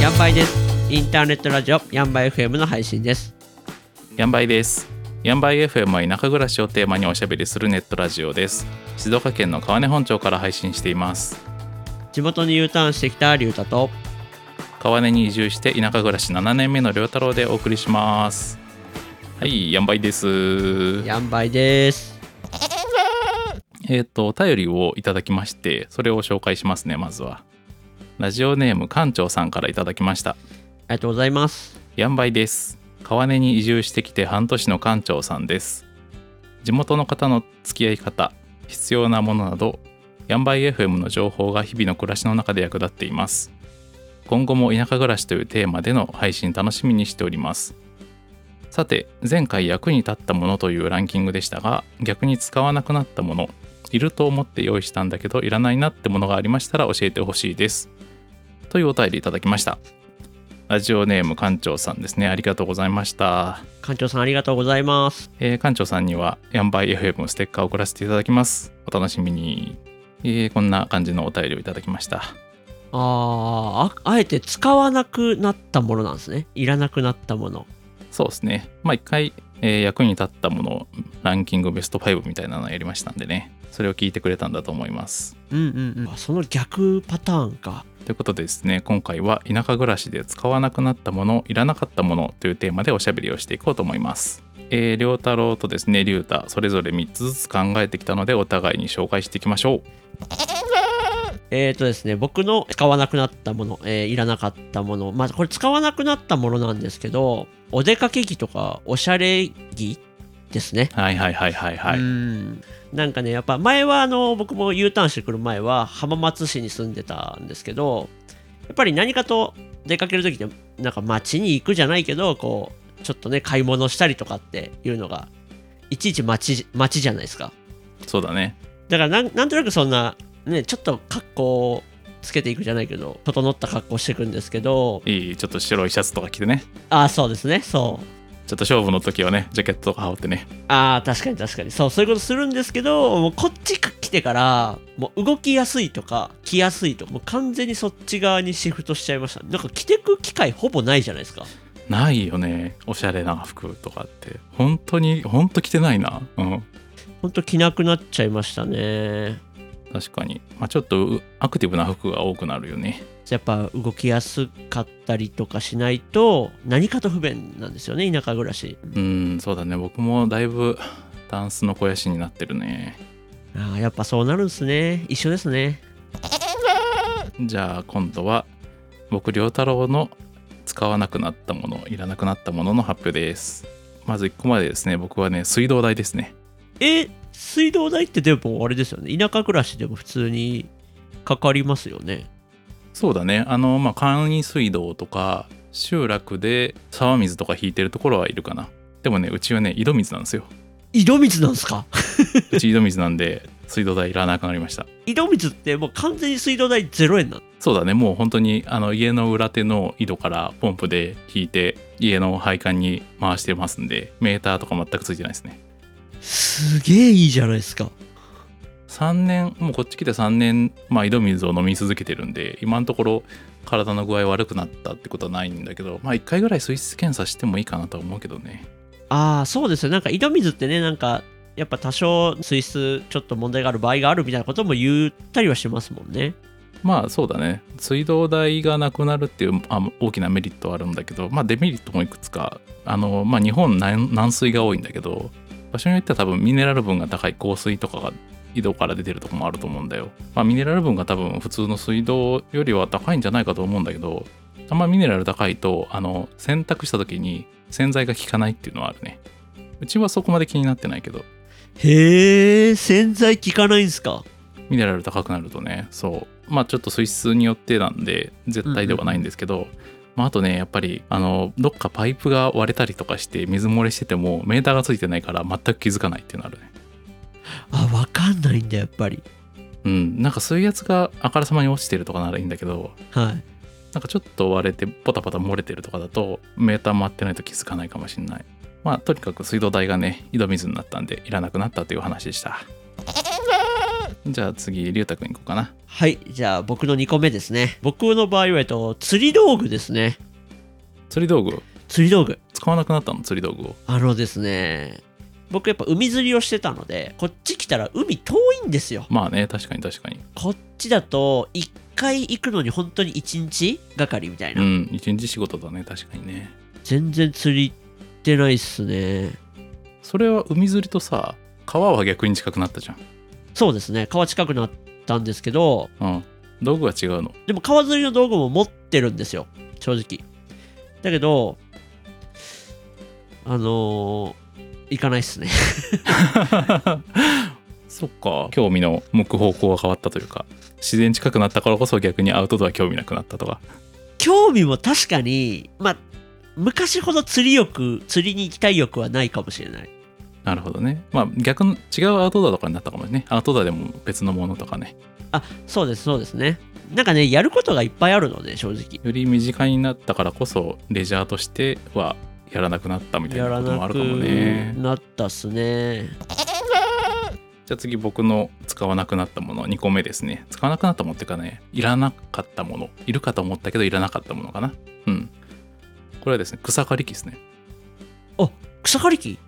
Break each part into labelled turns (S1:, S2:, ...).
S1: ヤンバイですインターネットラジオヤンバイ FM の配信です
S2: ヤンバイです。ヤンバイ FM は田舎暮らしをテーマにおしゃべりするネットラジオです。静岡県の川根本町から配信しています。
S1: 地元に U ターンしてきたリュウタと
S2: 川根に移住して田舎暮らし7年目の良太郎でお送りします。はい、ヤンバイです。
S1: ヤンバイです
S2: えっ、と、お便りをいただきまして、それを紹介しますね、まずは。ラジオネーム館長さんからいただきました。
S1: ありがとうございます
S2: ヤンバイです。川根に移住してきて半年の館長さんです。地元の方の付き合い方、必要なものなど、ヤンバイ FM の情報が日々の暮らしの中で役立っています。今後も田舎暮らしというテーマでの配信楽しみにしております。さて、前回役に立ったものというランキングでしたが、逆に使わなくなったもの、いると思って用意したんだけど、いらないなってものがありましたら教えてほしいです。というお便りいただきました。ラジオネーム館長さんですね。ありがとうございました。
S1: 館長さんありがとうございます
S2: えー館長さんには、ヤンバイ FM のステッカーを送らせていただきます。お楽しみに。えーこんな感じのお便りをいただきました。
S1: あーああえて使わなくなったものなんですねいらなくなったもの
S2: そうですね。まあ、一回、えー役に立ったもの、ランキングベスト5みたいなのをやりましたんでね。それを聞いてくれたんだと思います。
S1: うんうんうんあその逆パターンか
S2: ということでですね、今回は田舎暮らしで使わなくなったもの、いらなかったものというテーマでおしゃべりをしていこうと思います。えー、良太郎とですね、龍太、それぞれ3つずつ考えてきたので、お互いに紹介していきましょう。
S1: えーとですね、僕の使わなくなったもの、えーいらなかったもの、まあ、これ使わなくなったものなんですけど、お出かけ着とかおしゃれ着ですね。
S2: はいはいはいはいは
S1: う
S2: い。
S1: んなんかね、やっぱ前はあの僕も U ターンしてくる前は浜松市に住んでたんですけど、やっぱり何かと出かけるときって、なんか街に行くじゃないけど、こう、ちょっとね、買い物したりとかっていうのが、いちいち街街じゃないですか。
S2: そうだね。
S1: だからなんなんとなくそんなねちょっと格好をつけていくじゃないけど整った格好していくんですけど
S2: いい、ちょっと白いシャツとか着てね。
S1: ああそうですねそう
S2: ちょっと勝負の時はね、ジャケットとか羽織ってね。
S1: ああ確かに確かにそうそういうことするんですけどもうこっち来てからもう動きやすいとか着やすいとかもう完全にそっち側にシフトしちゃいましたなんか着てく機会ほぼないじゃないですか
S2: ないよね。おしゃれな服とかって。本当に、本当着てないな。うん。
S1: ほんと着なくなっちゃいましたね
S2: 確かに。まあちょっとうアクティブな服が多くなるよね。
S1: やっぱ動きやすかったりとかしないと何かと不便なんですよね田舎暮らし
S2: うん、そうだね。僕もだいぶダンスの肥やしになってるね。
S1: ああやっぱそうなるんすね一緒ですね
S2: じゃあ今度は僕良太郎の使わなくなったもの、いらなくなったものの発表です。まず1個までですね。僕はね、水道代ですね。
S1: え水道代ってでもあれですよね田舎暮らしでも普通にかかりますよね
S2: そうだね。あの、まあ簡易水道とか集落で沢水とか引いてるところはいるかな。でもね、うちはね、井戸水なんですよ。
S1: 井戸水なんすか
S2: うち井戸水なんで 水道代いらなくなりました。
S1: 井戸水ってもう完全に水道代0円なの
S2: そうだね、もう本当にあの家の裏手の井戸からポンプで引いて家の配管に回してますんで、メーターとか全くついてないですね。
S1: すげえいいじゃないですか
S2: 3年、もうこっち来て3年、まあ井戸水を飲み続けてるんで、今のところ体の具合悪くなったってことはないんだけど、まあ1回ぐらい水質検査してもいいかなとは思うけどね。
S1: ああそうですよなんか井戸水ってねなんかやっぱ多少水質ちょっと問題がある場合があるみたいなことも言ったりはしますもんね
S2: まあそうだね水道代がなくなるっていうあ大きなメリットはあるんだけど、まあ、デメリットもいくつかあの、まあ、日本軟軟水が多いんだけど場所によっては多分ミネラル分が高い硬水とかが井戸から出てるとこもあると思うんだよ、まあ、ミネラル分が多分普通の水道よりは高いんじゃないかと思うんだけどあんまミネラル高いとあの洗濯した時に洗剤が効かないっていうのはあるねうちはそこまで気になってないけど
S1: へえ洗剤効かないんすか
S2: ミネラル高くなるとねそうまあちょっと水質によってなんで絶対ではないんですけど、まあ、あとねやっぱりあのどっかパイプが割れたりとかして水漏れしててもメーターがついてないから全く気づかないっていうのあるね
S1: あわかんないんだやっぱり
S2: うんなんか水圧があからさまに落ちてるとかならいいんだけど
S1: はい
S2: なんかちょっと割れてポタポタ漏れてるとかだとメーター回ってないと気づかないかもしんないまあとにかく水道代がね井戸水になったんでいらなくなったという話で したじゃあ次龍太くんいこうかな
S1: はいじゃあ僕の2個目ですね僕の場合は、えっと、釣り道具ですね
S2: 釣り道具
S1: 釣り道具
S2: 使わなくなったの釣り道具を
S1: あのですね僕やっぱ海釣りをしてたのでこっち来たら海遠いんですよ
S2: まあね確かに確かに
S1: こっちだと1回行くのに本当に1日がかりみたいうな、
S2: ん一日仕事だね確かにね
S1: 全然釣り行ってないっすね
S2: それは海釣りとさ川は逆に近くなったじゃ
S1: そうですね川近くなったんですけど
S2: んうん道具が違うの
S1: でも川釣りの道具も持ってるんですよ正直だけどあのー行かないっすね
S2: そっか興味の向く方向が変わったというか自然近くなったからこそ逆にアウトドア興味なくなったとか
S1: 興味も確かにまあ昔ほど釣り欲釣りに行きたい欲はないかもしれない
S2: なるほどねまあ逆の違うアウトドアとかになったかもねアウトドアでも別のものとかね
S1: あそうですそうですねなんかねやることがいっぱいあるので正直
S2: より身近になったからこそレジャーとしてはやらなくなったみたい
S1: や
S2: な
S1: ら
S2: ことも
S1: な
S2: ある
S1: く
S2: かもね
S1: なったっすね
S2: じゃあ次僕の使わなくなったもの2個目ですね使わなくなったものっていうかねいらなかったものいるかと思ったけどいらなかったものかなうんこれはですね草刈り機ですね
S1: 草刈り機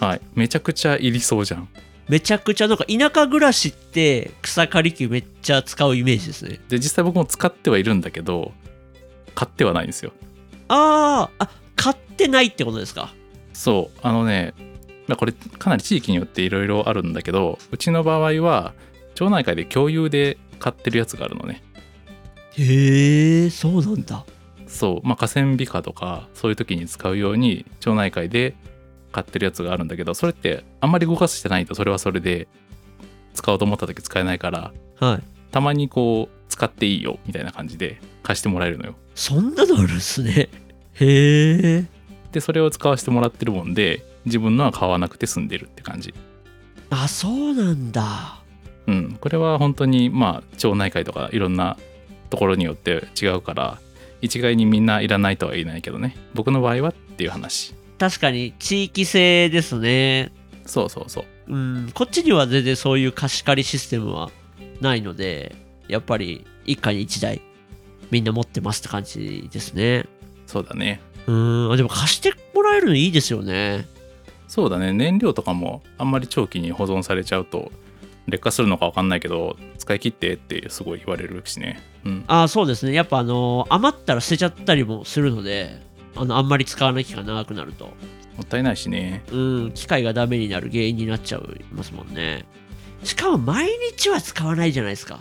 S2: はいめちゃくちゃいりそうじゃん
S1: めちゃくちゃなんか田舎暮らしって草刈り機めっちゃ使うイメージですね
S2: で実際僕も使ってはいるんだけど買ってはないんですよ
S1: あーあ買ってないってことですか
S2: そうあのねまあこれかなり地域によっていろいろあるんだけどうちの場合は町内会で共有で買ってるやつがあるのね
S1: へえそうなんだ
S2: そうまあ河川美化とかそういう時に使うように町内会で買ってるやつがあるんだけどそれってあんまり動かしてないとそれはそれで使おうと思った時使えないから
S1: はい
S2: たまにこう使っていいよみたいな感じで貸してもらえるのよ
S1: そんなのあるんすねへえ
S2: でそれを使わせてもらってるもんで自分のは買わなくて済んでるって感じ
S1: あそうなんだ
S2: うんこれは本当にまあ町内会とかいろんなところによって違うから一概にみんないらないとは言えないけどね僕の場合はっていう話
S1: 確かに地域性ですね
S2: そうそうそう
S1: うん、こっちには全然そういう貸し借りシステムはないので、やっぱり一家に一台みんな持ってますって感じですね。
S2: そうだね
S1: うん、あでも貸してもらえるのいいですよね。
S2: そうだね燃料とかもあんまり長期に保存されちゃうと劣化するのか分かんないけど使い切ってってすごい言われるしねうん
S1: あそうですね。やっぱあの余ったら捨てちゃったりもするので、あの、あんまり使わない期間長くなると、
S2: もったいないしね
S1: うん、機械がダメになる原因になっちゃいますもんね。しかも毎日は使わないじゃないですか。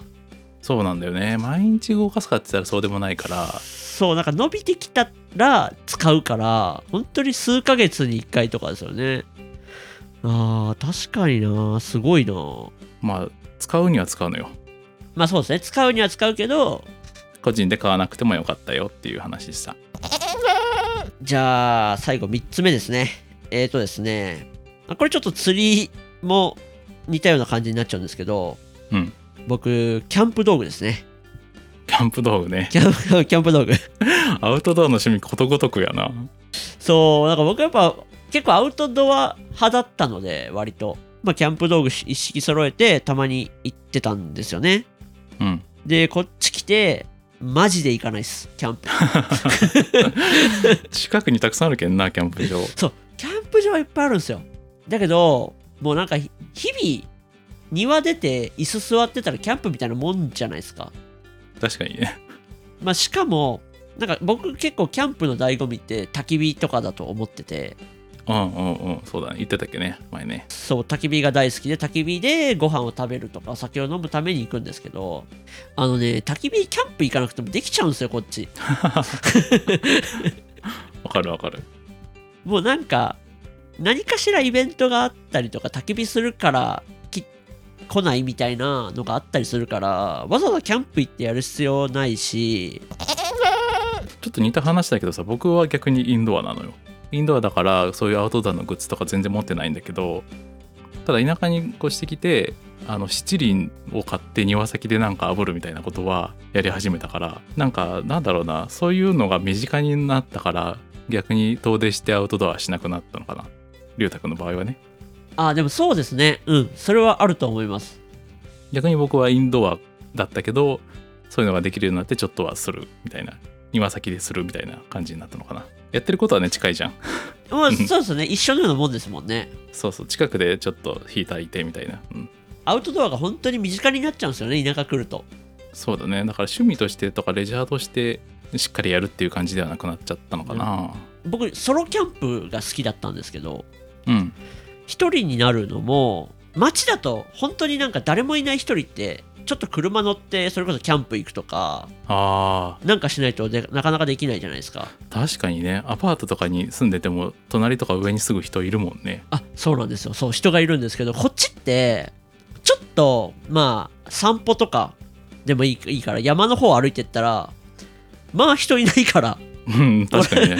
S2: そうなんだよね毎日動かすかって言ったらそうでもないから
S1: そう、なんか伸びてきたら使うから、本当に数ヶ月に1回とかですよね。ああ、確かにな、すごいな。
S2: まあ使うには使うのよ
S1: まあそうですね、使うには使うけど、
S2: 個人で買わなくてもよかったよっていう話でした
S1: じゃあ、最後3つ目ですね。えーとですね、あこれちょっと釣りも似たような感じになっちゃうんですけど、
S2: うん
S1: 僕、キャンプ道具ですね。
S2: キャンプ道具ね
S1: キャンキャンプ道 具。
S2: アウトドアの趣味ことごとくやな
S1: そう、なんか僕やっぱ結構アウトドア派だったので、割と。まあ、キャンプ道具一式揃えて、たまに行ってたんですよね。
S2: うん
S1: で、こっち来て、マジで行かないっす、キャンプ。
S2: 近くにたくさんあるけんなキャンプ場
S1: そう、キャンプ場いっぱいあるんですよ。だけど、もうなんかひ、日々、庭出て、椅子座ってたらキャンプみたいなもんじゃないですか。
S2: 確かにね
S1: まあ、しかも、なんか僕結構キャンプの醍醐味って焚き火とかだと思ってて、
S2: うんうんうんそうだね言ってたっけね前ね
S1: そう焚き火が大好きで焚き火でご飯を食べるとかお酒を飲むために行くんですけどあのね焚き火キャンプ行かなくてもできちゃうんですよこっち
S2: わかるわかる
S1: もうなんか何かしらイベントがあったりとか焚き火するからき来ないみたいなのがあったりするからわざわざキャンプ行ってやる必要ないし
S2: ちょっと似た話だけどさ僕は逆にインドアなのよインドアだからそういうアウトドアのグッズとか全然持ってないんだけどただ田舎に越してきてあの七輪を買って庭先でなんか炙るみたいなことはやり始めたからなんかなんだろうなそういうのが身近になったから逆に遠出してアウトドアしなくなったのかな龍太くんの場合はね
S1: あでもそうですねうんそれはあると思います
S2: 逆に僕はインドアだったけどそういうのができるようになってちょっとはするみたいな庭先でするみたいな感じになったのかなやってることはね近いじゃん
S1: まあ
S2: ん
S1: そうですね一緒のようなもんですもんね
S2: そうそう近くでちょっと火焚いてみたいな、うん、
S1: アウトドアが本当に身近になっちゃうんですよね田舎来ると
S2: そうだねだから趣味としてとかレジャーとしてしっかりやるっていう感じではなくなっちゃったのかな
S1: 僕ソロキャンプが好きだったんですけど
S2: うん
S1: 一人になるのも街だと本当になんか誰もいない一人ってちょっと車乗ってそれこそキャンプ行くとか
S2: あ
S1: なんかしないとでなかなかできないじゃないですか
S2: ー確かにねアパートとかに住んでても隣とか上にすぐ人いるもんね
S1: あそうなんですよそう人がいるんですけどこっちってちょっとまあ散歩とかでもいいいいから山の方歩いてったらまあ人いないから
S2: うん確かにね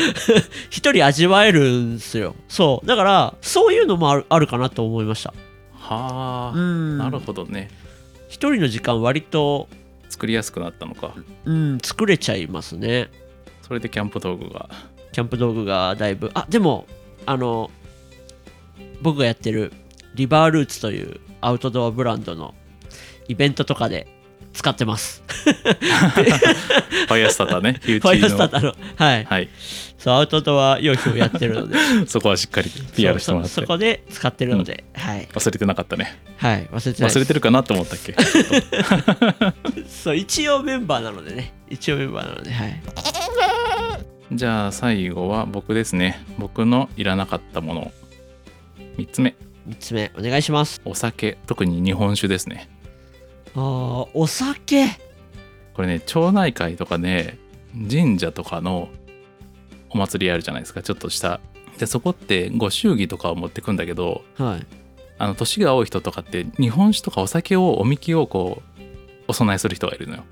S1: 一人味わえるんですよそうだからそういうのもあるあるかなと思いました
S2: は
S1: う
S2: あ、
S1: ん
S2: なるほどね
S1: 一人の時間割と
S2: 作りやすくなったのか
S1: うん作れちゃいますね
S2: それでキャンプ道具が
S1: キャンプ道具がだいぶあでもあの僕がやってるリバールーツというアウトドアブランドのイベントとかで使ってます
S2: ファイアスタータ ーね火打
S1: ファ
S2: ち
S1: イアスター
S2: の
S1: ターのはい
S2: はい
S1: そうアウトドア用品をやってる ので
S2: そこはしっかり PR してもらっ
S1: そうそそ
S2: て
S1: こで使ってるので、はい
S2: 忘れてなかったね
S1: はい忘れてない
S2: 忘れて
S1: る
S2: るかなと思ったっ け
S1: そう一応メンバーなのでね一応メンバーなのではい
S2: じゃあ最後は僕ですね僕のいらなかったもの3つ目
S1: 3つ目お願いします
S2: お酒特に日本酒ですね
S1: あーお酒
S2: これね町内会とかね神社とかのお祭りあるじゃないですかちょっとしたでそこってご祝儀とかを持ってくんだけど
S1: はい
S2: あの年が多い人とかって日本酒とかお酒をおみきをこうお供えする人がいるのよ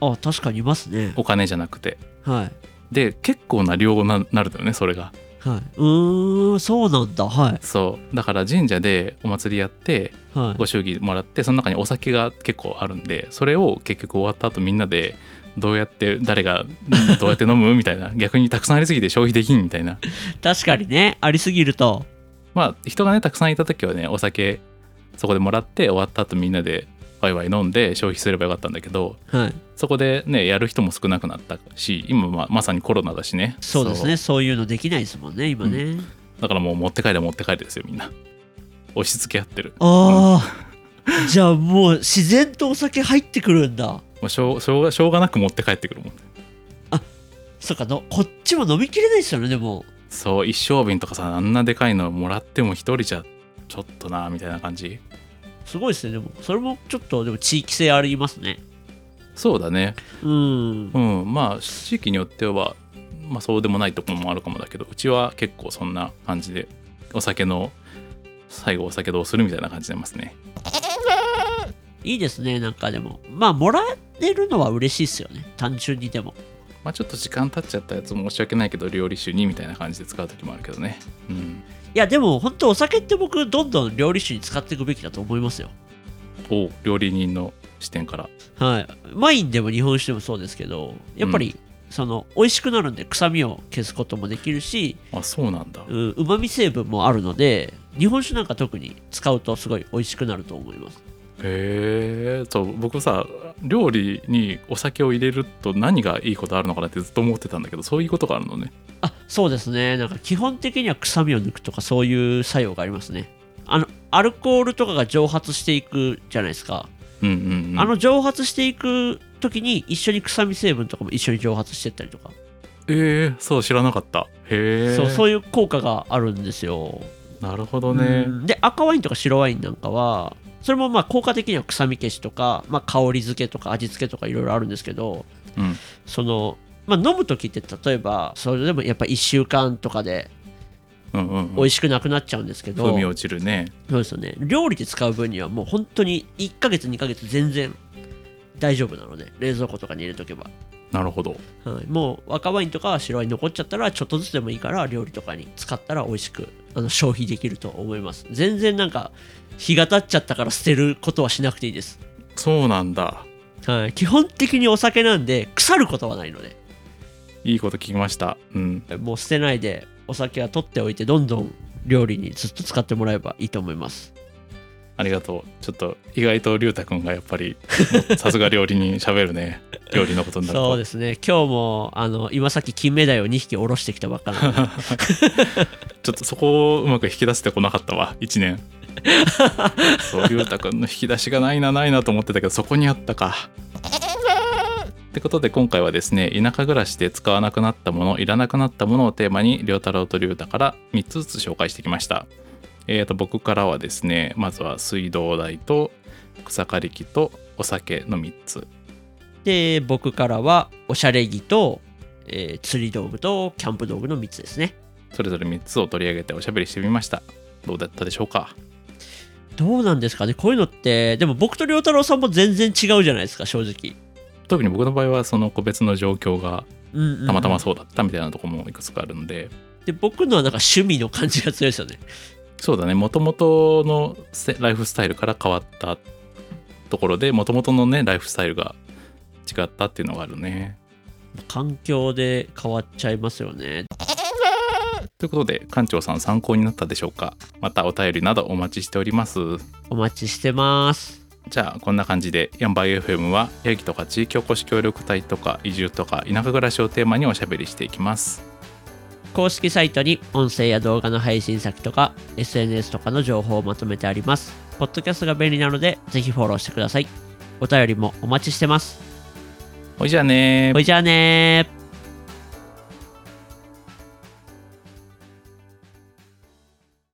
S1: あ確かにいますね
S2: お金じゃなくて
S1: はい
S2: で結構な量にななるのよねそれが
S1: はいうーんそうなんだはい
S2: そうだから神社でお祭りやって
S1: はい
S2: ご祝儀もらってその中にお酒が結構あるんでそれを結局終わった後みんなでどうやって誰が どうやって飲むみたいな逆にたくさんありすぎて消費できんみたいな
S1: 確かにねありすぎると
S2: まあ人がねたくさんいた時はねお酒そこでもらって終わった後みんなでワイワイ飲んで消費すればよかったんだけど
S1: はい
S2: そこでねやる人も少なくなったし今まあまさにコロナだしね
S1: そうですねそういうのできないですもんね今ね、
S2: そうだからもう持って帰れ持って帰れですよみんな押し付け合ってる
S1: ああ、じゃあもう自然とお酒入ってくるんだ
S2: もうしょうしょうがしょうがなく持って帰ってくるもん
S1: そっかのこっちも飲みきれないですよねでも
S2: そう一升瓶とかさあんなでかいのもらっても一人じゃちょっとなみたいな感じ
S1: すごいですねでもそれもちょっとでも地域性ありますね
S2: そうだね
S1: うん
S2: うんまあ地域によってはまあそうでもないところもあるかもだけどうちは結構そんな感じでお酒の最後お酒どうするみたいな感じになりますね
S1: いいですねなんかでもまあもらえるのは嬉しいですよね単純にでも
S2: まあちょっと時間経っちゃったやつ申し訳ないけど料理酒にみたいな感じで使う時もあるけどねうん
S1: いやでも本当お酒って僕どんどん料理酒に使っていくべきだと思いますよ
S2: お料理人の視点から
S1: はいワインでも日本酒でもそうですけどやっぱり、その美味しくなるんで臭みを消すこともできるし
S2: あそうなんだ
S1: うまみ成分もあるので日本酒なんか特に使うとすごい美味しくなると思います
S2: へえそう僕さ料理にお酒を入れると何がいいことあるのかなってずっと思ってたんだけどそういうことがあるのね
S1: あそうですねなんか基本的には臭みを抜くとかそういう作用がありますねあのアルコールとかが蒸発していくじゃないですか、
S2: うんうん、うん、
S1: あの蒸発していく時に一緒に臭み成分とかも一緒に蒸発してったりとか、
S2: ええそう知らなかったへえ
S1: そうそういう効果があるんですよ
S2: なるほどね
S1: うんで赤ワインとか白ワインなんかはそれもまあ効果的には臭み消しとか、まあ、香り付けとか味付けとかいろいろあるんですけど
S2: うん
S1: その、まあ、飲む時って例えばそれでもやっぱ1週間とかで
S2: うんうん
S1: 美
S2: うん
S1: 味しくなくなっちゃうんですけど、
S2: 風味落ちるね
S1: そうですよね料理で使う分にはもう本当に1ヶ月2ヶ月全然大丈夫なので冷蔵庫とかに入れとけば、
S2: なるほど
S1: はい、もう赤ワインとか白ワイン残っちゃったらちょっとずつでもいいから料理とかに使ったら美味しくあの消費できると思います全然なんか日が経っちゃったから捨てることはしなくていいです、
S2: そうなんだ
S1: はい、基本的にお酒なんで腐ることはないので
S2: いいこと聞きました。うん。
S1: もう捨てないでお酒は取っておいてどんどん料理にずっと使ってもらえばいいと思います
S2: ありがとう。ちょっと意外と龍太くんがやっぱりさすが料理人喋るね。料理のことになる
S1: そう
S2: と。
S1: ですね今日もあの今さっき金目鯛を2匹おろしてきたばっかなの で
S2: ちょっとそこをうまく引き出せてこなかったわ。1年。そう龍太くんの引き出しがないなないなと思ってたけどそこにあったか。ってことで今回はですね田舎暮らしで使わなくなったものいらなくなったものをテーマに龍太郎と龍太から3つずつ紹介してきました。えー、と僕からはですねまずは水道代と草刈り機とお酒の3つ
S1: で僕からはおしゃれ着と、えー釣り道具とキャンプ道具の3つですね
S2: それぞれ3つを取り上げておしゃべりしてみましたどうだったでしょうか
S1: どうなんですかねこういうのってでも僕と良太郎さんも全然違うじゃないですか正直
S2: 特に僕の場合はその個別の状況が
S1: うんうん
S2: たまたまそうだったみたいなとこもいくつかあるので、
S1: で僕のはなんか趣味の感じが強いですよね
S2: そうだねもともとのせライフスタイルから変わったところでもともとのねライフスタイルが違ったっていうのがあるね
S1: 環境で変わっちゃいますよね
S2: ということで館長さん参考になったでしょうかまたお便りなどお待ちしております
S1: お待ちしてます
S2: じゃあこんな感じでヤンバー FM はヤギとか地域おこし協力隊とか移住とか田舎暮らしをテーマにおしゃべりしていきます
S1: 公式サイトに音声や動画の配信先とか SNS とかの情報をまとめてありますポッドキャストが便利なのでぜひフォローしてくださいお便りもお待ちしてます
S2: ほいじゃあねー
S1: ほいじゃあねー